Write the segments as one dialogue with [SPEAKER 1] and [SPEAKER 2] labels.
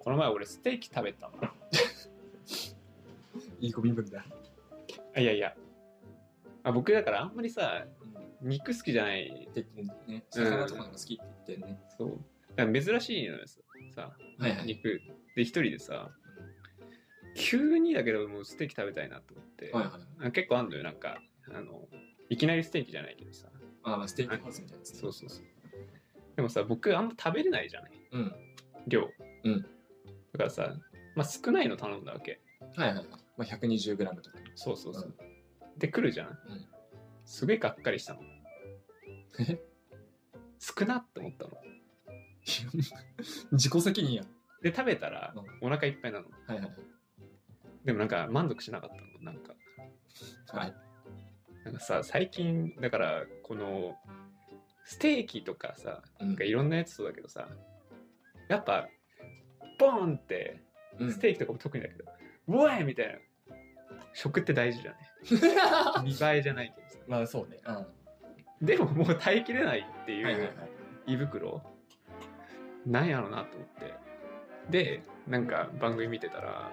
[SPEAKER 1] この前俺ステーキ食べたの
[SPEAKER 2] いいご身分だ。
[SPEAKER 1] あいやいやあ僕だからあんまりさ肉好きじゃない
[SPEAKER 2] 適当にね。魚とかの好きって言ってね。
[SPEAKER 1] そうだから珍しいのよささ
[SPEAKER 2] はいはい。
[SPEAKER 1] 肉で一人でさ急にだけどもうステーキ食べたいなと思って、
[SPEAKER 2] はいはい。
[SPEAKER 1] あ結構あんのよなんかあのいきなりステーキじゃないけどさ
[SPEAKER 2] あまあ、ステーキハウスみたいなやつ。
[SPEAKER 1] そうそうそうでもさ僕あんま食べれないじゃない
[SPEAKER 2] うん。
[SPEAKER 1] 量
[SPEAKER 2] うん
[SPEAKER 1] だからさ、まあ、少ないの頼んだわけ
[SPEAKER 2] はいはいはい。まあ、120g とか。
[SPEAKER 1] そうそうそう、で来るじゃん、
[SPEAKER 2] ん
[SPEAKER 1] すげえがっかりしたの
[SPEAKER 2] え
[SPEAKER 1] 少なって思ったの
[SPEAKER 2] 自己責任や。
[SPEAKER 1] で食べたら
[SPEAKER 2] う
[SPEAKER 1] お腹いっぱいなの
[SPEAKER 2] はいはいはい。
[SPEAKER 1] でもなんか満足しなかったのなんか
[SPEAKER 2] はい。
[SPEAKER 1] なんかさ最近だからこのステーキとかさ
[SPEAKER 2] うん
[SPEAKER 1] なんかいろんなやつそうだけどさやっぱボーンって
[SPEAKER 2] うん
[SPEAKER 1] ステーキとかも特にだけど、うわーいみたいな食って大事じゃね見栄えじゃないけどさ
[SPEAKER 2] まあ、そうね。うん。は
[SPEAKER 1] でももう耐えきれないって
[SPEAKER 2] い
[SPEAKER 1] い
[SPEAKER 2] はいは
[SPEAKER 1] う
[SPEAKER 2] い。
[SPEAKER 1] 胃袋なんやろなと思ってでなんか番組見てたら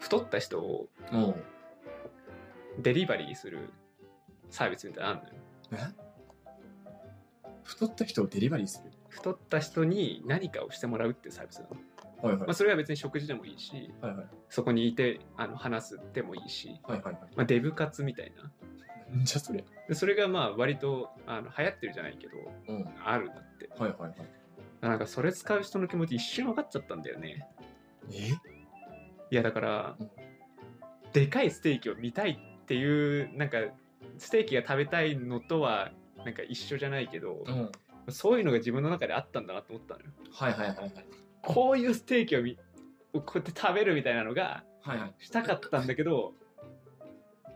[SPEAKER 1] 太った人を
[SPEAKER 2] もう。
[SPEAKER 1] デリバリーするサービスみたいなのあるのよ
[SPEAKER 2] え太った人をデリバリーする
[SPEAKER 1] 太った人に何かをしてもらうっていうサービスなの、
[SPEAKER 2] はいは
[SPEAKER 1] まあ、それは別に食事でもいいし
[SPEAKER 2] はいはい。
[SPEAKER 1] そこにいてあの話すでもいいし、
[SPEAKER 2] はいはいは。
[SPEAKER 1] まあ、デブ活みたいない
[SPEAKER 2] じゃあそれ。
[SPEAKER 1] でそれがまあ割とあの流行ってるじゃないけど
[SPEAKER 2] うん。はい
[SPEAKER 1] あるんだって
[SPEAKER 2] はいはい。
[SPEAKER 1] なんかそれ使う人の気持ち一瞬分かっちゃったんだよね
[SPEAKER 2] え
[SPEAKER 1] いやだから、
[SPEAKER 2] うん
[SPEAKER 1] でかいステーキを見たいっていうなんかステーキが食べたいのとはなんか一緒じゃないけど、
[SPEAKER 2] うん。はい
[SPEAKER 1] そういうのが自分の中であったんだなと思ったのよ
[SPEAKER 2] はいはいはい。
[SPEAKER 1] こういうステーキをみをこうやって食べるみたいなのが
[SPEAKER 2] はいはい。
[SPEAKER 1] したかったんだけど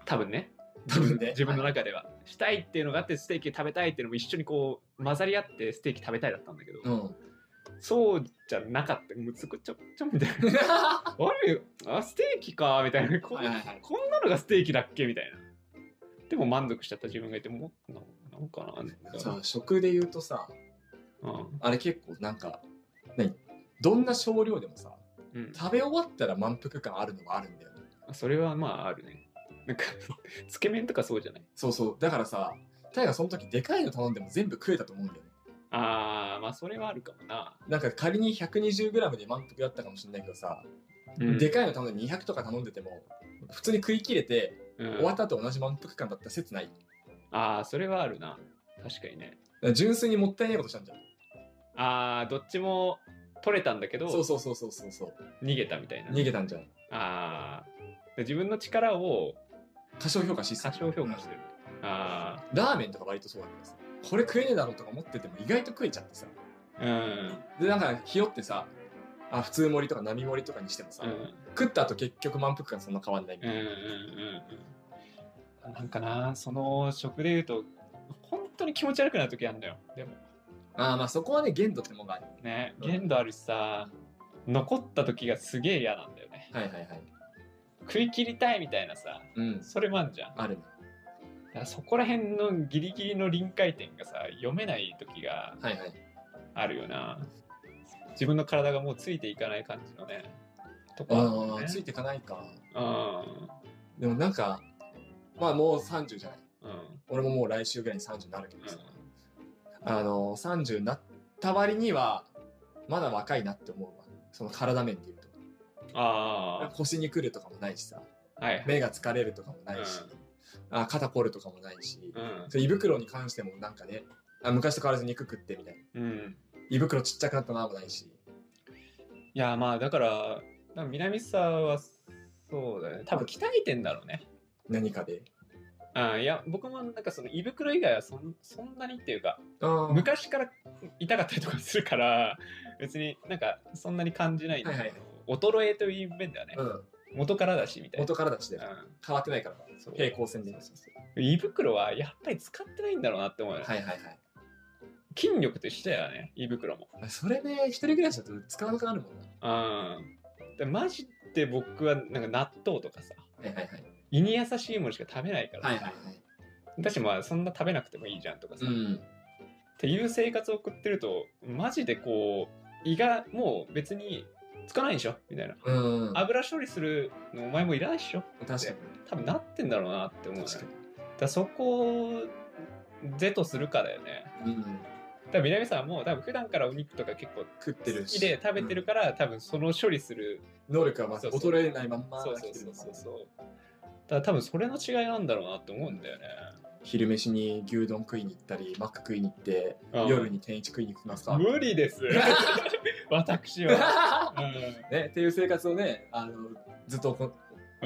[SPEAKER 1] 多分ね
[SPEAKER 2] 多分ね
[SPEAKER 1] 自分の中では、したいっていうのがあってステーキ食べたいっていうのも一緒にこう混ざり合ってステーキ食べたいだったんだけど、
[SPEAKER 2] うん。
[SPEAKER 1] そうじゃなかったもうつくちょちょみたいな あれあステーキかみたいなこ,、
[SPEAKER 2] はいはいはい
[SPEAKER 1] こんなのがステーキだっけみたいなでも満足しちゃった自分がいてもうななんかな
[SPEAKER 2] さあ、食で言うとさ、
[SPEAKER 1] うん
[SPEAKER 2] あれ結構なんか、何どんな少量でもさ、
[SPEAKER 1] うん、
[SPEAKER 2] 食べ終わったら満腹感あるのはあるんだよね。
[SPEAKER 1] それはまああるねなんか つけ麺とかそうじゃない
[SPEAKER 2] そうそう。だからさ、タイがその時でかいの頼んでも全部食えたと思うんだよね。
[SPEAKER 1] あーまあそれはあるかもな、
[SPEAKER 2] なんか仮に 120g で満腹だったかもしれないけどさ、
[SPEAKER 1] うん
[SPEAKER 2] でかいの頼んで200とか頼んでても、普通に食い切れて、
[SPEAKER 1] うん
[SPEAKER 2] 終わった後同じ満腹感だった説ない。だか
[SPEAKER 1] ああそれはあるな確かにね
[SPEAKER 2] ら純粋にもったいないことしたんじゃん。
[SPEAKER 1] ああどっちも取れたんだけど
[SPEAKER 2] そうそうそうそうそうそう。
[SPEAKER 1] 逃げたみたいな
[SPEAKER 2] 逃げたんじゃん。
[SPEAKER 1] ああ自分の力を
[SPEAKER 2] 過小評価しす
[SPEAKER 1] 過
[SPEAKER 2] ぎ
[SPEAKER 1] 小評価してる、あ
[SPEAKER 2] ラーメンとか割とそうだけどさ、これ食えねえだろうとか思ってても意外と食えちゃってさ。
[SPEAKER 1] あうん
[SPEAKER 2] で、なんかひよってさ、あ、普通盛りとか並盛りとかにしてもさ、
[SPEAKER 1] うん
[SPEAKER 2] 食った後結局満腹感そんな変わんない
[SPEAKER 1] う
[SPEAKER 2] み
[SPEAKER 1] んう
[SPEAKER 2] たい
[SPEAKER 1] ん
[SPEAKER 2] な。
[SPEAKER 1] うんうんなんかなその食で言うと本当に気持ち悪くなる時あるんだよでも
[SPEAKER 2] ああ、まあそこはね、限度ってもんがあるよね。
[SPEAKER 1] ね
[SPEAKER 2] うん
[SPEAKER 1] 限度あるしさ残った時がすげえ嫌なんだよね
[SPEAKER 2] はいはいはい。
[SPEAKER 1] 食い切りたいみたいなさ
[SPEAKER 2] うん。
[SPEAKER 1] それもあんじゃん
[SPEAKER 2] あるね。
[SPEAKER 1] だからそこら辺のギリギリの臨界点がさ読めない時が
[SPEAKER 2] はいはい。
[SPEAKER 1] あるよな自分の体がもうついていかない感じのねとこある
[SPEAKER 2] あ
[SPEAKER 1] よ
[SPEAKER 2] あ、
[SPEAKER 1] ね
[SPEAKER 2] ついてかないか。
[SPEAKER 1] うん
[SPEAKER 2] でもなんか、まあもう30じゃない。
[SPEAKER 1] うん
[SPEAKER 2] 俺ももう来週ぐらいに30になるけどさ。
[SPEAKER 1] う
[SPEAKER 2] あの、30になった割には、まだ若いなって思うわ。その体面で言うと。
[SPEAKER 1] んあ
[SPEAKER 2] 腰に来るとかもないしさ、
[SPEAKER 1] あはいはい
[SPEAKER 2] 目が疲れるとかもないし、あ肩凝るとかもないし、
[SPEAKER 1] うん
[SPEAKER 2] そう胃袋に関してもなんかね、あ昔と変わらず肉食ってみたいな。
[SPEAKER 1] うん
[SPEAKER 2] 胃袋ちっちゃくなったなもないし。
[SPEAKER 1] いやまあだからなんか南沢はそうだね多分鍛えてんだろうね
[SPEAKER 2] 何かで。
[SPEAKER 1] あいや僕もなんかその胃袋以外はそんそんなにっていうか
[SPEAKER 2] ああー。
[SPEAKER 1] 昔から痛かったりとかするから別になんかそんなに感じないんだけど、
[SPEAKER 2] はいは
[SPEAKER 1] 衰えという面ではね、
[SPEAKER 2] うん。
[SPEAKER 1] 元からだしみたいな
[SPEAKER 2] 元からだしで
[SPEAKER 1] うん
[SPEAKER 2] 変わってないから。
[SPEAKER 1] そう
[SPEAKER 2] 平行線で。はい
[SPEAKER 1] 胃袋はやっぱり使ってないんだろうなって思うよね、
[SPEAKER 2] はいはい。
[SPEAKER 1] 筋力と一緒だよね胃袋も
[SPEAKER 2] あそれね、一人暮らしだと使わなくなるもんな。
[SPEAKER 1] うんでマジで僕はなんか納豆とかさ
[SPEAKER 2] はいはいはい。
[SPEAKER 1] 胃に優しいものしか食べないから、
[SPEAKER 2] はいはいはい。
[SPEAKER 1] だしまあそんな食べなくてもいいじゃんとかさ、
[SPEAKER 2] う
[SPEAKER 1] っ
[SPEAKER 2] ん。
[SPEAKER 1] ていう生活を送ってるとマジでこう胃がもう別につかないでしょみたいな。
[SPEAKER 2] うん。
[SPEAKER 1] 油処理するのお前もいらないでしょ
[SPEAKER 2] 確かに。
[SPEAKER 1] 多分なってんだろうなって思う、ね、
[SPEAKER 2] 確か
[SPEAKER 1] だからそこを是とするかだよね。
[SPEAKER 2] に。うん。
[SPEAKER 1] 多分南さんも多分普段からお肉とか結構
[SPEAKER 2] 食ってる
[SPEAKER 1] 好
[SPEAKER 2] し。
[SPEAKER 1] きで食べてるから、多分その処理する
[SPEAKER 2] うん。能力はまず
[SPEAKER 1] そうそう
[SPEAKER 2] 衰えないまんま
[SPEAKER 1] そう
[SPEAKER 2] 来
[SPEAKER 1] そう
[SPEAKER 2] て
[SPEAKER 1] そ
[SPEAKER 2] るの
[SPEAKER 1] う
[SPEAKER 2] か
[SPEAKER 1] そ
[SPEAKER 2] な
[SPEAKER 1] うそうだから多分それの違いなんだろうなって思うんだよね、
[SPEAKER 2] 昼飯に牛丼食いに行ったり、マック食いに行って、
[SPEAKER 1] うん
[SPEAKER 2] 夜に天一食いに行きますか。
[SPEAKER 1] 無理です 私は、う
[SPEAKER 2] ね、っていう生活をね、あの、ずっとこ、
[SPEAKER 1] ん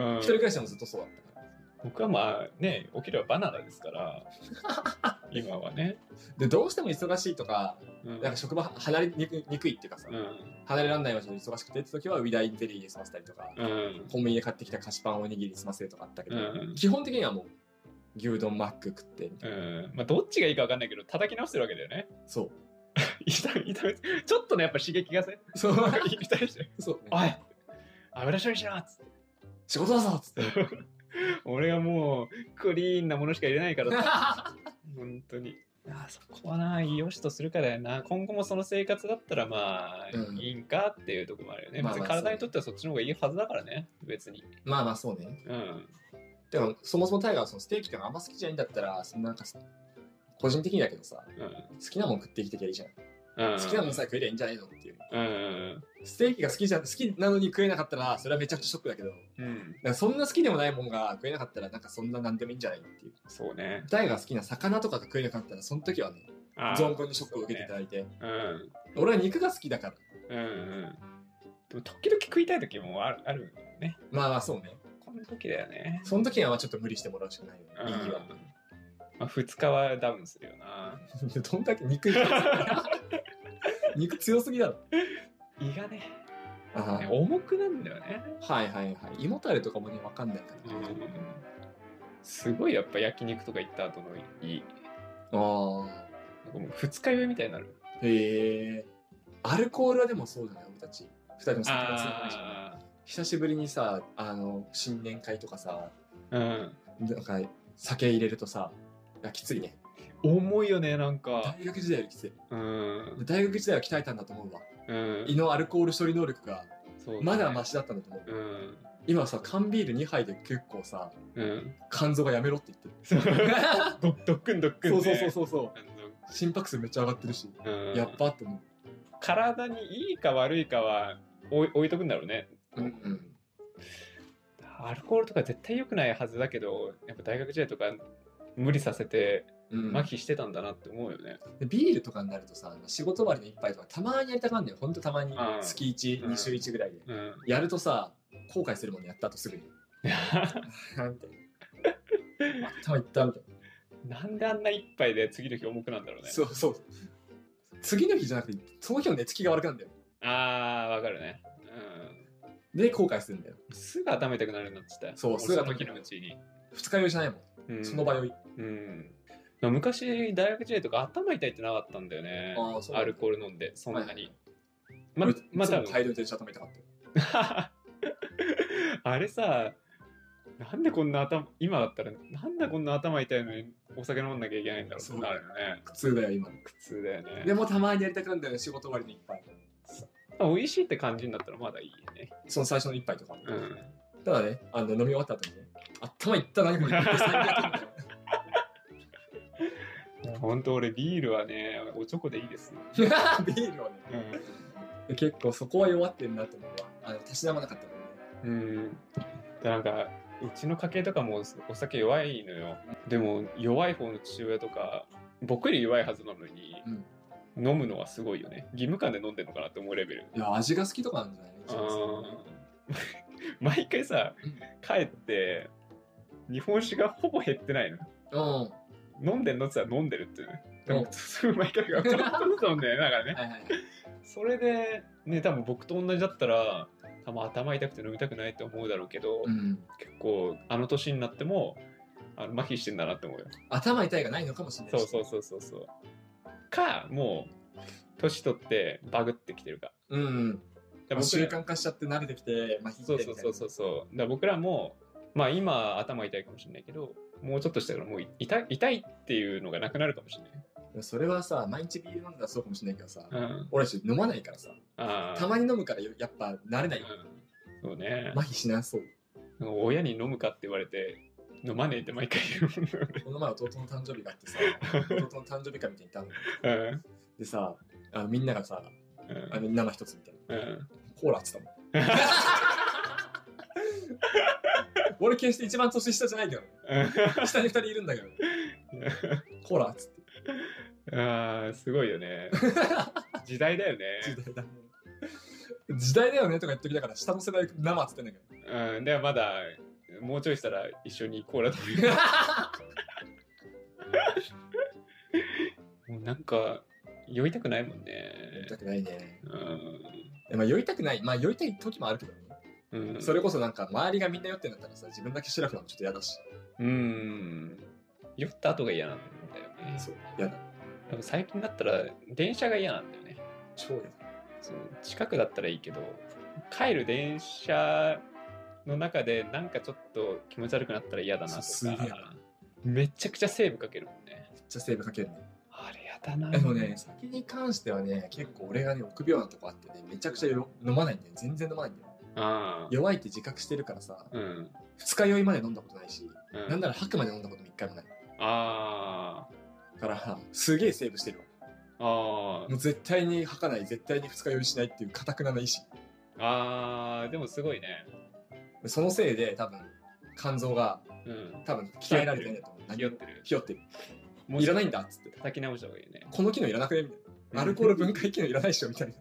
[SPEAKER 1] うん
[SPEAKER 2] 一人暮らしでもずっとそうだったから。
[SPEAKER 1] 僕はまあね起きればバナナですから 今はね、
[SPEAKER 2] で、どうしても忙しいとか、
[SPEAKER 1] うん
[SPEAKER 2] なんか職場離れにくにくいっていうかさ、
[SPEAKER 1] うん
[SPEAKER 2] 離れられない場所で忙しくてって時は、ウィダインゼリーで済ませたりとか、
[SPEAKER 1] うん
[SPEAKER 2] コンビニで買ってきた菓子パンおにぎり済ませるとかあったけ
[SPEAKER 1] う
[SPEAKER 2] ど、
[SPEAKER 1] ん
[SPEAKER 2] 基本的にはもう、牛丼マック食って、
[SPEAKER 1] うんまあ、どっちがいいか分かんないけど叩き直してるわけだよね
[SPEAKER 2] そう。
[SPEAKER 1] 痛い痛いちょっとねやっぱ刺激が せ
[SPEAKER 2] そう。
[SPEAKER 1] 痛いして
[SPEAKER 2] そう
[SPEAKER 1] 「おい油処理しろ!」っつって
[SPEAKER 2] 仕事だぞっつって。
[SPEAKER 1] 俺はもうクリーンなものしか入れないから さ 本当にあそこはな良しとするかだよな今後もその生活だったらまあ、
[SPEAKER 2] うん
[SPEAKER 1] いいんかっていうところもあるよね、
[SPEAKER 2] まあまあ
[SPEAKER 1] 別に体にとってはそっちの方がいいはずだからね別に
[SPEAKER 2] まあまあそうね。
[SPEAKER 1] うん
[SPEAKER 2] でも、そもそもタイガーはそのステーキとかあんま好きじゃないんだったら、そのなんか、個人的にだけどさ、
[SPEAKER 1] うん
[SPEAKER 2] 好きなもん食って生きてきゃいいじゃん。
[SPEAKER 1] うん
[SPEAKER 2] 好きなもんさ、食えりゃいいんじゃないのっていう。
[SPEAKER 1] うん
[SPEAKER 2] ステーキが好きじゃ、好きなのに食えなかったら、それはめちゃくちゃショックだけど、
[SPEAKER 1] うん
[SPEAKER 2] なんかそんな好きでもないもんが食えなかったら、なんかそんななんでもいいんじゃないのっていう。
[SPEAKER 1] そうね
[SPEAKER 2] タイガーが好きな魚とかが食えなかったら、その時はね、
[SPEAKER 1] あー
[SPEAKER 2] 存分にショックを受けていただいて、
[SPEAKER 1] そうね
[SPEAKER 2] 俺は肉が好きだか
[SPEAKER 1] うん
[SPEAKER 2] ら。
[SPEAKER 1] うんうんでも時々食いたい時もあるあるよね
[SPEAKER 2] まあまあそうね。
[SPEAKER 1] この時だよね
[SPEAKER 2] その時はまあちょっと無理してもらうしかないよね。
[SPEAKER 1] うん
[SPEAKER 2] いいわ。
[SPEAKER 1] まあ、2日はダウンするよな
[SPEAKER 2] どんだけ肉いく 肉強すぎだろ。
[SPEAKER 1] 胃がね
[SPEAKER 2] あ
[SPEAKER 1] ね重くなんだよね、
[SPEAKER 2] はいはいはい。胃もたれとかもね、わかんないから。
[SPEAKER 1] すごいやっぱ焼肉とか行った後の胃なん
[SPEAKER 2] あ
[SPEAKER 1] かもう二日酔いみたいになる。
[SPEAKER 2] あ。へえ。アルコールはでもそうじゃない俺たち。二人も酒が強くないし
[SPEAKER 1] あ
[SPEAKER 2] 久しぶりにさ、あの、新年会とかさ、
[SPEAKER 1] あ、うん。
[SPEAKER 2] なんか酒入れるとさ、いやきついね。
[SPEAKER 1] 重いよね、なんか。
[SPEAKER 2] 大学時代よりきつい。
[SPEAKER 1] うん。
[SPEAKER 2] 大学時代は鍛えたんだと思うわ。
[SPEAKER 1] うん
[SPEAKER 2] 胃。のアルコール処理能力が
[SPEAKER 1] そうだね
[SPEAKER 2] まだマシだったんだと思う。
[SPEAKER 1] うん。
[SPEAKER 2] 今さ、缶ビール2杯で結構さ、
[SPEAKER 1] うん。
[SPEAKER 2] 肝臓がやめろって言ってる。
[SPEAKER 1] そう どどっくんどっくん、
[SPEAKER 2] そ
[SPEAKER 1] ね。
[SPEAKER 2] うそうそうそうそう。
[SPEAKER 1] う
[SPEAKER 2] 心拍数めっちゃ上がってるし、
[SPEAKER 1] ん。うん、
[SPEAKER 2] やっぱって思
[SPEAKER 1] 体にいいか悪いかは置い置いとくんだろうね。
[SPEAKER 2] う。
[SPEAKER 1] うんアルコールとか絶対良くないはずだけど、やっぱ大学時代とか無理させて
[SPEAKER 2] うん
[SPEAKER 1] 麻痺してたんだなって思うよね。
[SPEAKER 2] でビールとかになるとさ、仕事終わりの一杯とかたまにやりたがんねよ。ほんとたまに
[SPEAKER 1] うん
[SPEAKER 2] 月1、
[SPEAKER 1] うん
[SPEAKER 2] 2週1ぐらいで。
[SPEAKER 1] う ん。
[SPEAKER 2] やるとさ、後悔するもんね、やった後すぐに。あーみたい な。頭いったみたい
[SPEAKER 1] なんであんな一杯で次の日重くなんだろう
[SPEAKER 2] な。
[SPEAKER 1] ね。
[SPEAKER 2] そうそう。次の日じゃなくて、その日の寝つきが悪くなるんだよ。
[SPEAKER 1] ああ、わかるね。
[SPEAKER 2] で、後悔するんだよ。
[SPEAKER 1] うん。すぐ頭痛くなるようになってた。
[SPEAKER 2] そう
[SPEAKER 1] も
[SPEAKER 2] すぐ
[SPEAKER 1] そ
[SPEAKER 2] 頭
[SPEAKER 1] の
[SPEAKER 2] 痛
[SPEAKER 1] 時
[SPEAKER 2] くな
[SPEAKER 1] の
[SPEAKER 2] る
[SPEAKER 1] うちに。
[SPEAKER 2] 二日酔いじゃないもん。
[SPEAKER 1] うん
[SPEAKER 2] その場酔い。
[SPEAKER 1] うん。昔、大学時代とか頭痛いってなかったんだよね。
[SPEAKER 2] あーそうなんだ
[SPEAKER 1] アルコール飲んで、そんなに。ま
[SPEAKER 2] ま、
[SPEAKER 1] ま
[SPEAKER 2] ま
[SPEAKER 1] あ、多
[SPEAKER 2] た
[SPEAKER 1] 分
[SPEAKER 2] 大量に電車止めたかったよ。
[SPEAKER 1] あれさ、なんでこんな頭、今だったら、なんでこんな頭痛いのにお酒飲んなきゃいけないんだろう
[SPEAKER 2] そう
[SPEAKER 1] ってなるよね。
[SPEAKER 2] 苦痛だよ、今。
[SPEAKER 1] 苦痛だよね。
[SPEAKER 2] でもたまにやりたくなるんだよね、仕事終わりの一杯。
[SPEAKER 1] まあ美味しいって感じになったらまだいいよね。
[SPEAKER 2] その最初の一杯とかも。
[SPEAKER 1] うん。
[SPEAKER 2] ただね、あの飲み終わった後にね、頭いったな、これ。
[SPEAKER 1] 本当俺ビールはね、おちょこでいいですよ。
[SPEAKER 2] ビールはね、
[SPEAKER 1] うん
[SPEAKER 2] 結構そこは弱ってるなと思うわ。あの、たしなまなかったもんね。
[SPEAKER 1] うん。でなんか、うちの家系とかもお酒弱いのよ。でも、弱い方の父親とか、僕より弱いはずなのに、飲むのはすごいよね。義務感で飲んでるのかなって思うレベル。
[SPEAKER 2] いや、味が好きとかなんじゃない
[SPEAKER 1] あー 毎回さ
[SPEAKER 2] うん、
[SPEAKER 1] 帰って、日本酒がほぼ減ってないの。
[SPEAKER 2] うん。は
[SPEAKER 1] 飲んでんのって言ったら飲んでるっていうね。でも
[SPEAKER 2] う、ん
[SPEAKER 1] すぐ毎回 がちょっとずつ飲んでね、だから
[SPEAKER 2] い
[SPEAKER 1] ね。
[SPEAKER 2] はいはい。
[SPEAKER 1] それで、ね、多分僕と同じだったら、多分頭痛くて飲みたくないって思うだろうけど、
[SPEAKER 2] うん。
[SPEAKER 1] 結構あの年になってもあの麻痺してんだなって思うよ
[SPEAKER 2] 頭痛いがないのかもしれ
[SPEAKER 1] そ
[SPEAKER 2] ないう
[SPEAKER 1] そうそうそうそうかもう年取ってバグってきてるか
[SPEAKER 2] う。うん。
[SPEAKER 1] で
[SPEAKER 2] もう習
[SPEAKER 1] 僕ら
[SPEAKER 2] 慣化しちゃって慣れてきて、まあ、
[SPEAKER 1] そうそうそうそうそうだから僕らもまあ今頭痛いかもしれないけどもうちょっとしたらもう痛い痛いっていうのがなくなるかもしれない
[SPEAKER 2] でもそれはさ、毎日ビール飲んでたらそうかもしれないけどさ、
[SPEAKER 1] うん。
[SPEAKER 2] 俺たち飲まないからさ、
[SPEAKER 1] ああ。
[SPEAKER 2] たまに飲むからよやっぱ慣れない。
[SPEAKER 1] うんそうね。
[SPEAKER 2] 麻痺しなそう。
[SPEAKER 1] なんか親に飲むかって言われて、飲まねえって毎回言
[SPEAKER 2] この前弟の誕生日があっ てさ、弟の誕生日会みたいに行ったの。
[SPEAKER 1] う。うん。
[SPEAKER 2] でさ、あのみんながさ、
[SPEAKER 1] うん
[SPEAKER 2] あの生一つみたいな。
[SPEAKER 1] うん。
[SPEAKER 2] コーラっつったも ん。俺決して一番年下じゃないけど、下に二人いるんだけ ど、コーラっつって。
[SPEAKER 1] ああ、すごいよ ね。時代だよ
[SPEAKER 2] 時
[SPEAKER 1] ね。
[SPEAKER 2] 代だね。時代だよねとか言っときながら、下の世代生っつってんだけど。
[SPEAKER 1] うん。ではまだ、もうちょいしたら一緒にコーラ飲むよ もうなんか、酔いたくないもん
[SPEAKER 2] 酔い
[SPEAKER 1] ね。
[SPEAKER 2] たくないね。
[SPEAKER 1] うん。
[SPEAKER 2] まあ酔いたくない。まあ酔いたい時もあるけどね。
[SPEAKER 1] うん、
[SPEAKER 2] それこそなんか周りがみんな酔ってんだったらさ、自分だけシラフなのちょっと嫌だし。
[SPEAKER 1] うん。酔った後が嫌なんだよね。
[SPEAKER 2] そう、嫌だ。
[SPEAKER 1] でも最近だったら電車が嫌なんだよね。
[SPEAKER 2] 超嫌だ。
[SPEAKER 1] そう近くだったらいいけど、帰る電車の中でなんかちょっと気持ち悪くなったら嫌だなと
[SPEAKER 2] そうすげえ
[SPEAKER 1] か。めちゃくちゃセーブかけるもんね。
[SPEAKER 2] めっちゃセーブかけるね。
[SPEAKER 1] あれやだな。
[SPEAKER 2] でもね、酒に関してはね、結構俺がね、臆病なとこあってね、めちゃくちゃよ飲まないんだよ。全然飲まないんだよ。
[SPEAKER 1] ああ。
[SPEAKER 2] 弱いって自覚してるからさ、
[SPEAKER 1] うん。
[SPEAKER 2] 二日酔いまで飲んだことないし、
[SPEAKER 1] うん、
[SPEAKER 2] なんなら吐くまで飲んだことも一回もない。
[SPEAKER 1] あ
[SPEAKER 2] だから、すげえセーブしてるわ。
[SPEAKER 1] あ。あ
[SPEAKER 2] もう絶対に吐かない、絶対に二日酔いしないっていう固くなな意志。
[SPEAKER 1] あ。ああ。でもすごいね。
[SPEAKER 2] そのせいで多分、肝臓が
[SPEAKER 1] うん。
[SPEAKER 2] 多分鍛えられてないと思
[SPEAKER 1] 気
[SPEAKER 2] う。
[SPEAKER 1] 寄ってる。
[SPEAKER 2] ひよってる。
[SPEAKER 1] も
[SPEAKER 2] いらないんだっつって。
[SPEAKER 1] 炊き直した方がいいね。
[SPEAKER 2] この機能いらなくねみたいな。アルコール分解機能いらないっしょみ たいな。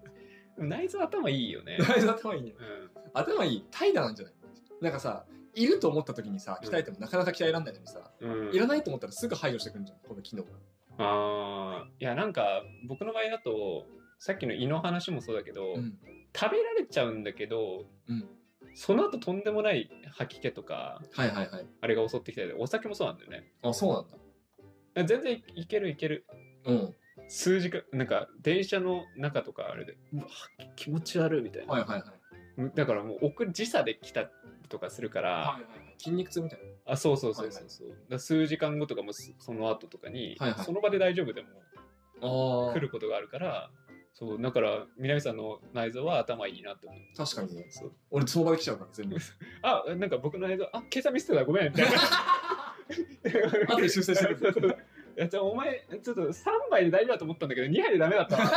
[SPEAKER 1] でも内臓頭いいよね。
[SPEAKER 2] 頭いいね。
[SPEAKER 1] うん。
[SPEAKER 2] 頭いい。怠惰なんじゃないなんかさ、いると思った時にさ、鍛えてもなかなか鍛えらんないのにさ、
[SPEAKER 1] うん
[SPEAKER 2] いらないと思ったらすぐ排除してくるんじゃん、この機能が。
[SPEAKER 1] ああいやなんか僕の場合だとさっきの胃の話もそうだけど、
[SPEAKER 2] うん。
[SPEAKER 1] 食べられちゃうんだけど、
[SPEAKER 2] うん
[SPEAKER 1] その後とんでもない吐き気とか
[SPEAKER 2] はいはいはい。
[SPEAKER 1] あれが襲ってきたりお酒もそうなんだよね
[SPEAKER 2] あ、そうなんだ。
[SPEAKER 1] 全然いいけるいける
[SPEAKER 2] うん。
[SPEAKER 1] 数時間なんか電車の中とかあれでうわ気持ち悪いみたいな、
[SPEAKER 2] はいはいはい。
[SPEAKER 1] だからもう送時差で来たとかするから、
[SPEAKER 2] はいはいはい。筋肉痛みたいな。
[SPEAKER 1] あそうそうそうそうそう、だから数時間後とかもすその後とかに、
[SPEAKER 2] はいはい
[SPEAKER 1] その場で大丈夫でも
[SPEAKER 2] あ
[SPEAKER 1] 来ることがあるからそうだから南さんの内臓は頭いいなって思う
[SPEAKER 2] 確かにね。
[SPEAKER 1] そう
[SPEAKER 2] 俺、相場で来ちゃうから、全部。
[SPEAKER 1] あなんか僕の内臓あ計算ミスってたごめん みたいな
[SPEAKER 2] 後で修正してくる。
[SPEAKER 1] いやじゃあお前ちょっと3杯で大丈夫だと思ったんだけど2杯でダメだったわ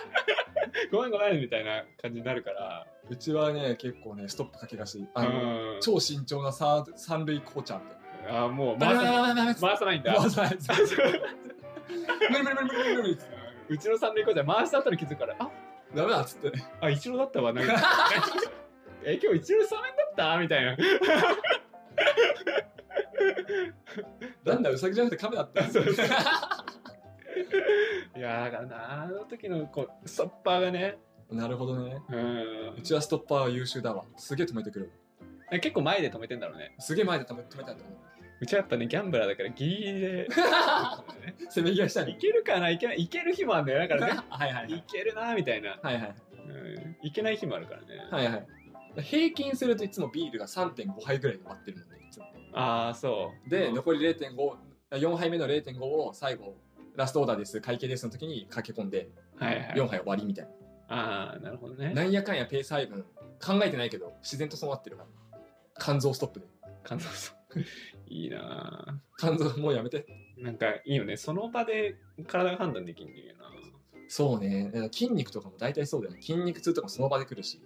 [SPEAKER 1] ごめんごめんみたいな感じになるから
[SPEAKER 2] うちはね、結構ね、ストップかけがし。あの、
[SPEAKER 1] うん
[SPEAKER 2] 超慎重なさ三塁紅茶みたいな。
[SPEAKER 1] あもう回さ
[SPEAKER 2] ババ
[SPEAKER 1] 回さないんだ
[SPEAKER 2] 回さない。無理無理無理無理無理無理。
[SPEAKER 1] うちの三塁コーチは回した後に気づくからあ
[SPEAKER 2] ダメだっつって。
[SPEAKER 1] あ一郎だったわなんか え今日一郎スタメンだったみたいな
[SPEAKER 2] なんだ、ウサギじゃなくてカメだった。
[SPEAKER 1] そうそういやーだからなあの時のこうストッパーがね
[SPEAKER 2] なるほどね。
[SPEAKER 1] うん
[SPEAKER 2] うちはストッパーは優秀だわ。すげえ止めてくる。
[SPEAKER 1] 結構前で止めてんだろうね
[SPEAKER 2] すげえ前で止め止めたいと思う。
[SPEAKER 1] うちはやっぱねギャンブラーだからギリギリ で
[SPEAKER 2] 攻め際したい
[SPEAKER 1] いけるかないけないいける日もあるんだよだか
[SPEAKER 2] の。
[SPEAKER 1] らね
[SPEAKER 2] はいはい
[SPEAKER 1] いけるなみたいな、
[SPEAKER 2] はいはい。
[SPEAKER 1] うん、いけない日もあるからね、
[SPEAKER 2] はいはい。平均するといつもビールが3.5杯ぐらいで割ってるもんね。いつも
[SPEAKER 1] ああそう
[SPEAKER 2] で、
[SPEAKER 1] うん
[SPEAKER 2] 残り0.5、4杯目の0.5を最後、ラストオーダーです、会計ですの時に駆け込んで、
[SPEAKER 1] はいはい
[SPEAKER 2] 4杯終わりみたい
[SPEAKER 1] ああなるほどね
[SPEAKER 2] な。なんやかんやペース配分、考えてないけど、自然とそうなってるから。肝臓ストップで。
[SPEAKER 1] 感動そう いいなあ
[SPEAKER 2] 肝臓もうやめて。
[SPEAKER 1] なんかいいよねその場で体が判断できるんだよな
[SPEAKER 2] そうね。だから筋肉とかも大体そうだよね。筋肉痛とかもその場で来るし、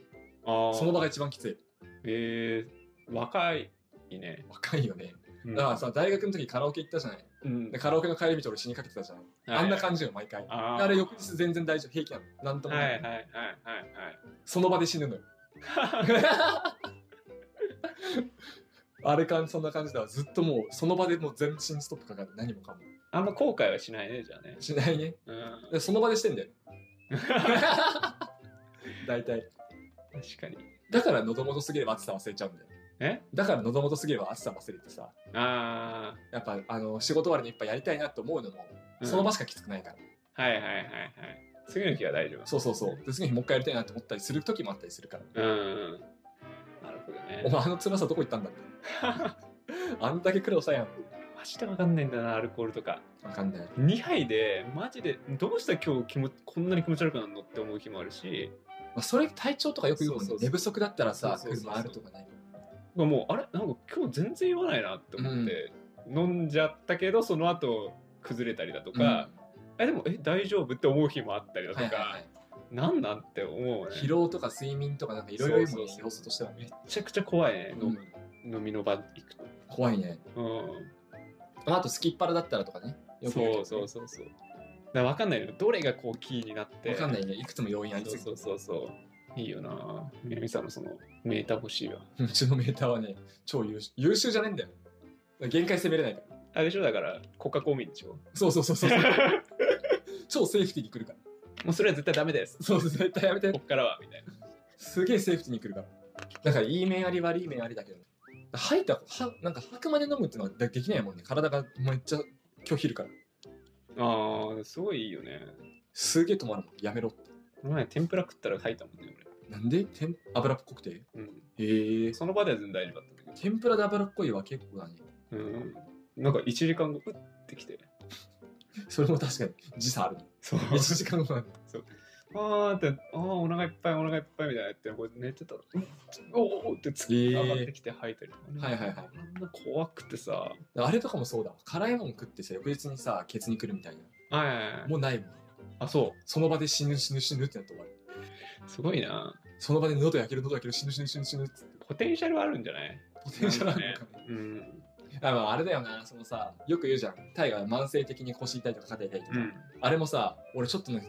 [SPEAKER 1] ああ
[SPEAKER 2] その場が一番きつい。
[SPEAKER 1] えー、若いね、
[SPEAKER 2] 若いよね。
[SPEAKER 1] うん
[SPEAKER 2] だからさ、大学の時カラオケ行ったじゃない。
[SPEAKER 1] うん
[SPEAKER 2] でカラオケの帰り道俺死にかけてたじゃない。あんな感じよ、毎回。
[SPEAKER 1] あー
[SPEAKER 2] あれ翌日全然大丈夫、平気なの。なんとも
[SPEAKER 1] はい
[SPEAKER 2] な
[SPEAKER 1] はい
[SPEAKER 2] い、
[SPEAKER 1] はいはい
[SPEAKER 2] その場で死ぬのよ。
[SPEAKER 1] はい。
[SPEAKER 2] あれかん、そんな感じだわ。ずっともう、その場でもう全身ストップかかる。何もかも。
[SPEAKER 1] あんま後悔はしないね、じゃあね。
[SPEAKER 2] しないね。
[SPEAKER 1] うん、
[SPEAKER 2] でその場でしてんだ よ。大体。
[SPEAKER 1] 確かに。
[SPEAKER 2] だから喉元すぎれば暑さ忘れちゃうんだよ。
[SPEAKER 1] え
[SPEAKER 2] だから喉元すぎれば暑さ忘れてさ、
[SPEAKER 1] あ
[SPEAKER 2] やっぱあの仕事終わりにいっぱいやりたいなと思うのも、
[SPEAKER 1] あ、
[SPEAKER 2] その場
[SPEAKER 1] 所、
[SPEAKER 2] しかきつくないから。
[SPEAKER 1] はいはいはいはい。次の日は大丈夫。
[SPEAKER 2] そうそうそう。で、次の日もう一回やりたいなと思ったりする時もあったりするから。
[SPEAKER 1] うん。なるほどね
[SPEAKER 2] お。前あの辛さどこ行ったんだって。あんだけ苦労したやん。
[SPEAKER 1] マジでわかんないんだなアルコールとか
[SPEAKER 2] わかんない。
[SPEAKER 1] 2杯でマジでどうしたら今日気もこんなに気持ち悪くなるのって思う日もあるし
[SPEAKER 2] まあ、それ体調とかよく言うもんね。
[SPEAKER 1] そうそうそう
[SPEAKER 2] 寝不足だったらさ、
[SPEAKER 1] そうそうそうそう
[SPEAKER 2] 車あるとかないもん。
[SPEAKER 1] もうあれなんか今日全然言わないなって思って、飲んじゃったけどその後崩れたりだとか、えでもえ大丈夫って思う日もあったりだ
[SPEAKER 2] うん
[SPEAKER 1] と
[SPEAKER 2] はい
[SPEAKER 1] か、
[SPEAKER 2] はいはい。
[SPEAKER 1] なんなんって思うね
[SPEAKER 2] 疲労とか睡眠とかなんかいろいろ言うも
[SPEAKER 1] そうそ
[SPEAKER 2] んね
[SPEAKER 1] うそう
[SPEAKER 2] 要素としてはね
[SPEAKER 1] め。ちゃくちゃ怖いね、飲
[SPEAKER 2] うん
[SPEAKER 1] 飲みの場行くと、
[SPEAKER 2] 怖いね。
[SPEAKER 1] う
[SPEAKER 2] まああと、すきっ腹だったらとかね。
[SPEAKER 1] ん、
[SPEAKER 2] よく言
[SPEAKER 1] そう
[SPEAKER 2] けど
[SPEAKER 1] そ
[SPEAKER 2] ね
[SPEAKER 1] うそうそうだから分かんないのよどれがこうキーになって
[SPEAKER 2] わかんないね。いくつも要因あり
[SPEAKER 1] そ
[SPEAKER 2] す
[SPEAKER 1] う
[SPEAKER 2] ぎ
[SPEAKER 1] そ
[SPEAKER 2] て
[SPEAKER 1] う。そうそういいよな南さんのそのメーター欲しいわ
[SPEAKER 2] うちのメーターはね、超優秀。優秀じゃねえんだよ。限界攻めれないから。
[SPEAKER 1] あれでしょだから国家公務員でしょ
[SPEAKER 2] そうそうそうそう。超セーフティーに来るから。
[SPEAKER 1] もうそれは絶対ダメです
[SPEAKER 2] そうそう、絶対やめて
[SPEAKER 1] こ。っからはみたいな
[SPEAKER 2] すげえセーフティーに来るから。だから、いい面あり悪い面ありだけど、吐いた、はなんか吐くまで飲むってのはできないもんね。体がめっちゃ拒否るから。
[SPEAKER 1] あーすごいいいよね
[SPEAKER 2] すげえ止まるもん。やめろって。
[SPEAKER 1] この前天ぷら食ったら吐いたもんね
[SPEAKER 2] なんで天油っぽくて
[SPEAKER 1] 俺、
[SPEAKER 2] へ
[SPEAKER 1] う
[SPEAKER 2] え
[SPEAKER 1] ん、。その場では全然大丈夫だったんだけ
[SPEAKER 2] 天ぷらで油っこいは結構だね。
[SPEAKER 1] ど、うん、なんか1時間後うってきて
[SPEAKER 2] それも確かに時差あるね。
[SPEAKER 1] そう
[SPEAKER 2] 1時間後なんで
[SPEAKER 1] あーって、あーお腹いっぱいお腹いっぱいみたいなやって、こう寝てたら、うんおーおーって突き上がってきて吐いたりとかね、
[SPEAKER 2] はいはいはい。
[SPEAKER 1] あんな怖くてさ、はい
[SPEAKER 2] あれとかもそうだわ。辛いもん食ってさ、翌日にさ、ケツに来るみたいな。
[SPEAKER 1] はいはい
[SPEAKER 2] もうないもん。
[SPEAKER 1] あ、そ
[SPEAKER 2] その場で死ぬ死ぬ死ぬってなって終わる。
[SPEAKER 1] う。すごいな。
[SPEAKER 2] その場で喉焼ける喉焼ける死ぬ死ぬ死ぬ死ぬっつって。
[SPEAKER 1] ポテンシャルはあるんじゃない
[SPEAKER 2] ポテンシャルあるのかね。
[SPEAKER 1] うん。
[SPEAKER 2] あまああれだよな、そのさ、よく言うじゃん。タイが慢性的に腰痛いとか肩痛いとか。
[SPEAKER 1] うん。
[SPEAKER 2] あれもさ、俺ちょっとの、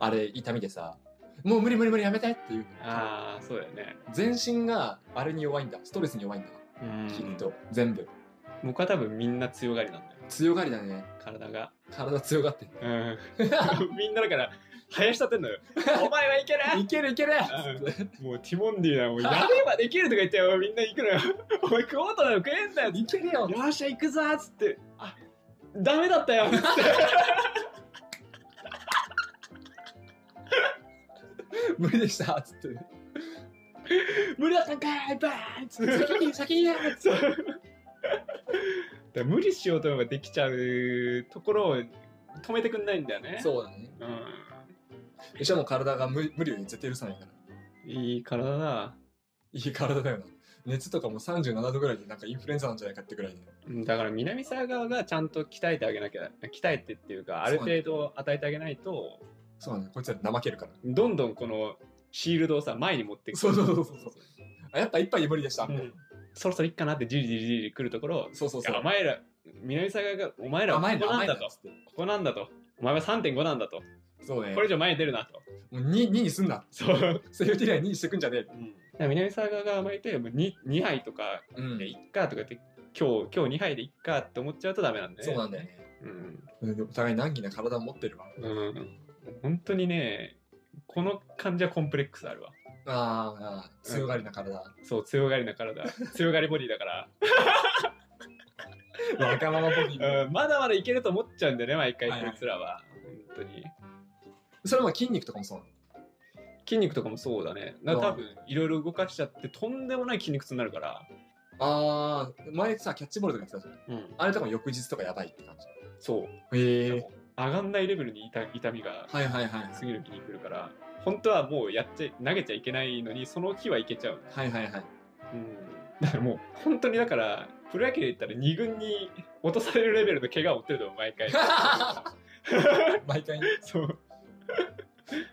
[SPEAKER 2] あれ痛みでさ、もう無理無理無理やめてって言うの
[SPEAKER 1] ああ、そうだよね。
[SPEAKER 2] 全身があれに弱いんだ。ストレスに弱いんだ。
[SPEAKER 1] う
[SPEAKER 2] きっ
[SPEAKER 1] ん。
[SPEAKER 2] と。全部。
[SPEAKER 1] 僕は多分みんな強がりなんだよ。
[SPEAKER 2] 強がりだね。
[SPEAKER 1] 体が。
[SPEAKER 2] 体強 がってんだ。
[SPEAKER 1] うん。みんなだから、林立てんのよ。お前はいけない
[SPEAKER 2] いけるいける
[SPEAKER 1] ん もうティモンディな、もうやればできるとか言ってよ、みんな行くのよ。 お前食おうとなの食えんだよ。
[SPEAKER 2] いけるよ
[SPEAKER 1] よっしゃ行くぞーっつってあダメだったよっつ って
[SPEAKER 2] 無理でしたつって。
[SPEAKER 1] 無理だったんかーいバーンっつって
[SPEAKER 2] 先に先にやー
[SPEAKER 1] そうだから無理しようと思えばできちゃうところを止めてくんないんだよね
[SPEAKER 2] そうだね。
[SPEAKER 1] う、
[SPEAKER 2] うちはもう体が無無理を絶対許さないから。
[SPEAKER 1] ん、いい体だ
[SPEAKER 2] いい体だよな。熱とかも37度ぐらいでなんかインフルエンザなんじゃないかってぐらいで。
[SPEAKER 1] うんだから南沢側がちゃんと鍛えてあげなきゃ鍛えてっていうかある程度与えてあげないと
[SPEAKER 2] そうだね。こいつら怠けるから。
[SPEAKER 1] どんどんこのシールドをさ前に持ってく
[SPEAKER 2] そうそうそうそうあ、やっぱ一杯無理でした。
[SPEAKER 1] うんそろそろいっかなってじりじりじり来るところ
[SPEAKER 2] そうそう
[SPEAKER 1] い
[SPEAKER 2] そ
[SPEAKER 1] やお
[SPEAKER 2] う。
[SPEAKER 1] 前ら南沢側がお前らは
[SPEAKER 2] 甘い
[SPEAKER 1] こ
[SPEAKER 2] の
[SPEAKER 1] こなん
[SPEAKER 2] 甘い
[SPEAKER 1] だ
[SPEAKER 2] の
[SPEAKER 1] と
[SPEAKER 2] つって。
[SPEAKER 1] ここなんだと。お前は3.5なんだと。
[SPEAKER 2] そうね。
[SPEAKER 1] これ以上前に出るなと。
[SPEAKER 2] もう 2, 2にすんな。
[SPEAKER 1] そう。
[SPEAKER 2] セーフティーライン2にしてくんじゃねえ。
[SPEAKER 1] だから南沢側が甘えて、もう 2, 2杯とか、
[SPEAKER 2] う
[SPEAKER 1] でいっかとか言って、今日、今日2杯でいっかって思っちゃうとダメなんで。
[SPEAKER 2] そうなんだよね。
[SPEAKER 1] うん。
[SPEAKER 2] うんでもお互い難儀な体を持ってるわ。
[SPEAKER 1] うん。本当にね、この感じはコンプレックスあるわ。
[SPEAKER 2] あーあー、強がりな体。
[SPEAKER 1] そう、強がりな 体。強がりボディだか
[SPEAKER 2] わがままボディ
[SPEAKER 1] ら。うん、まだまだいけると思っちゃうんだよね、毎回、
[SPEAKER 2] はい
[SPEAKER 1] こ
[SPEAKER 2] はい
[SPEAKER 1] いつらは。本当に。
[SPEAKER 2] それも筋肉とかもそうなの。
[SPEAKER 1] 筋肉とかもそうだね。だから多分、いろいろ動かしちゃって、とんでもない筋肉痛になるから。
[SPEAKER 2] ああ、前さ、キャッチボールとかやってたじゃん。
[SPEAKER 1] うん。
[SPEAKER 2] あれとかも翌日とかやばいって感じ。
[SPEAKER 1] そう。
[SPEAKER 2] へ
[SPEAKER 1] 上。がんないレベルに痛痛みが
[SPEAKER 2] はいはいはい。
[SPEAKER 1] 次の日に来るから本当はもうやっちゃ投げちゃいけないのにその日はいけちゃう、
[SPEAKER 2] はいはいはい。
[SPEAKER 1] うん、だからもう本当にだからプロ野球で言ったら2軍に落とされるレベルの怪我を負ってると思う毎回
[SPEAKER 2] 毎回。
[SPEAKER 1] そう、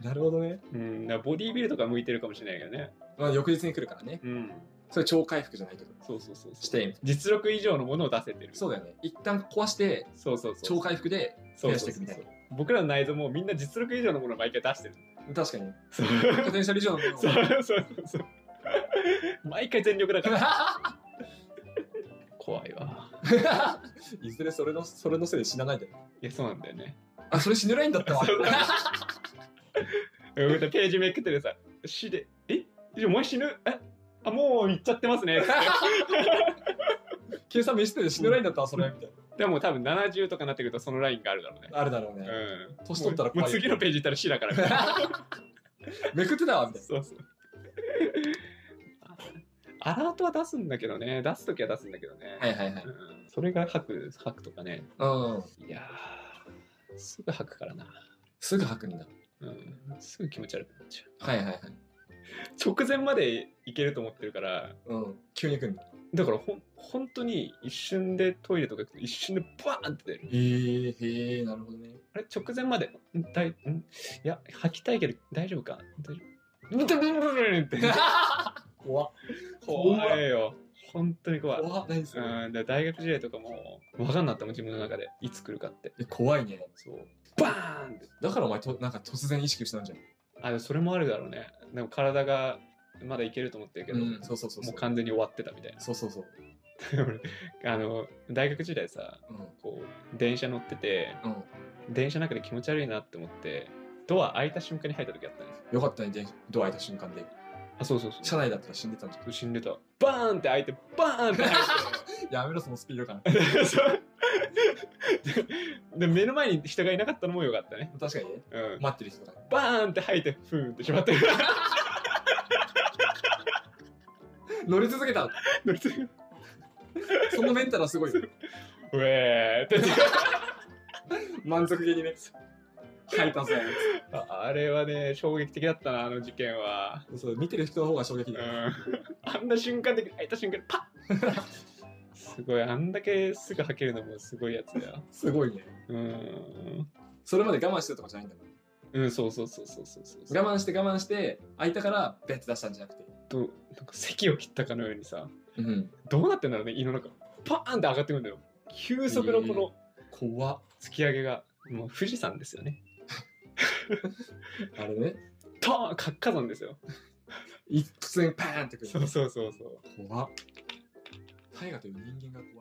[SPEAKER 2] なるほどね。
[SPEAKER 1] うん、だからボディービルとか向いてるかもしれないけどね
[SPEAKER 2] まあ、翌日に来るからね。
[SPEAKER 1] うん
[SPEAKER 2] それ超回復じゃないけど。
[SPEAKER 1] そうそうそうそう
[SPEAKER 2] して、
[SPEAKER 1] 実力以上のものを出せてる
[SPEAKER 2] そうだよね。一旦壊して、
[SPEAKER 1] そうそうそう
[SPEAKER 2] 超回復で
[SPEAKER 1] そう
[SPEAKER 2] 増やし
[SPEAKER 1] そ
[SPEAKER 2] て
[SPEAKER 1] う
[SPEAKER 2] いく
[SPEAKER 1] そう
[SPEAKER 2] みたいな。
[SPEAKER 1] 僕らの内臓もみんな実力以上のものを毎回出してる
[SPEAKER 2] 確かに。
[SPEAKER 1] そう
[SPEAKER 2] ポテンシャル以上のものを
[SPEAKER 1] そうそうそうそう毎回全力だから怖いわ
[SPEAKER 2] いずれそれの、それのせいで死なないで。
[SPEAKER 1] いやそうなんだよね
[SPEAKER 2] あ、 それ死ぬラインだったわ。
[SPEAKER 1] そううんページめくっててさ「死でえじゃあお前死ぬえあもう行っちゃってますね」
[SPEAKER 2] 計算見してて死ぬラインだったわ、それ。みたい
[SPEAKER 1] でも多分70とかなってくるとそのラインがあるだろうね
[SPEAKER 2] な。あるだろうね。
[SPEAKER 1] うん
[SPEAKER 2] 年取ったら怖い
[SPEAKER 1] もう次のページ行ったら死だからみたいな
[SPEAKER 2] めくってたわ、 みたい
[SPEAKER 1] そうそうアラートは出すんだけどね出す時は出すんだけどね、
[SPEAKER 2] な。はいはいはい。
[SPEAKER 1] うんそれが吐く、吐くとかね。
[SPEAKER 2] うん。
[SPEAKER 1] いやー、すぐ吐くからな。
[SPEAKER 2] すぐ吐くんだ。
[SPEAKER 1] うん、すぐ気持ち悪くなっちゃ
[SPEAKER 2] はいはいはい。
[SPEAKER 1] う。直前までいけると思ってるから、
[SPEAKER 2] うん。急に行くんだ。
[SPEAKER 1] だからほん本当に一瞬でトイレとか行くと一瞬でバーンって出る。
[SPEAKER 2] へえ、へえ、なるほどね。
[SPEAKER 1] あれ直前まで、んだいんいや、吐きたいけど大丈夫か大丈夫ブルブルブルブルって。
[SPEAKER 2] 怖っ。
[SPEAKER 1] 怖いよ。本当に怖い。
[SPEAKER 2] 怖っ。何する
[SPEAKER 1] うん、で大学時代とかも分かんなかったもん自分の中でいつ来るかって
[SPEAKER 2] え怖いね。
[SPEAKER 1] そうバーンって
[SPEAKER 2] だからお前と、なんか突然意識したんじゃん。
[SPEAKER 1] あでもそれもあるだろうねでも体がまだいけると思ってるけど、
[SPEAKER 2] うん、そうそうそうそ
[SPEAKER 1] も
[SPEAKER 2] う。
[SPEAKER 1] う完全に終わってたみたい
[SPEAKER 2] そうそうそう。
[SPEAKER 1] な俺あの大学時代さ
[SPEAKER 2] うん。
[SPEAKER 1] こう電車乗ってて
[SPEAKER 2] うん。
[SPEAKER 1] 電車の中で気持ち悪いなって思ってドア開いた瞬間に入った時あったね
[SPEAKER 2] よかったね、でドア開いた瞬間で。
[SPEAKER 1] あそうそう
[SPEAKER 2] 車
[SPEAKER 1] そ
[SPEAKER 2] 内だったら死んでたんじゃん。
[SPEAKER 1] う死んでたバーンって開いてバーンって開い
[SPEAKER 2] やめろ、そのスピード感。
[SPEAKER 1] てそうでで目の前に人がいなかったのもよかったね
[SPEAKER 2] 確かにね。
[SPEAKER 1] うん
[SPEAKER 2] 待ってる人とか。
[SPEAKER 1] バーンって吐いてフーンってしまって
[SPEAKER 2] 乗り続けた
[SPEAKER 1] 乗り継ぎ
[SPEAKER 2] そのメンタルはすごいよ。
[SPEAKER 1] ウェーって
[SPEAKER 2] 満足げにね。吐いたぜ。
[SPEAKER 1] ああれはね衝撃的だったなあの事件は
[SPEAKER 2] そう、見てる人の方が衝
[SPEAKER 1] う
[SPEAKER 2] 撃
[SPEAKER 1] ん
[SPEAKER 2] だよ。
[SPEAKER 1] あんな瞬間で開いた瞬間にパッすごいあんだけすぐ吐けるのもすごいやつだよ
[SPEAKER 2] すごいね。
[SPEAKER 1] うん
[SPEAKER 2] それまで我慢してるとかじゃないんだもん。
[SPEAKER 1] うんそうそうそうそうそうそう
[SPEAKER 2] 我慢して我慢して、開いたから、ベッて出したんじゃなくて。
[SPEAKER 1] となんか咳を切ったかのようにさ
[SPEAKER 2] うん。
[SPEAKER 1] どうなってんだろうね胃の中パーンって上がってくるんだよ急速のこの
[SPEAKER 2] 怖っ。
[SPEAKER 1] 突き上げが、もう富士山ですよね
[SPEAKER 2] あれね。
[SPEAKER 1] トーン活火山ですよ
[SPEAKER 2] い突然パーンってく
[SPEAKER 1] そう
[SPEAKER 2] る。
[SPEAKER 1] そうそうそう
[SPEAKER 2] 怖っ。大河という人間が怖い。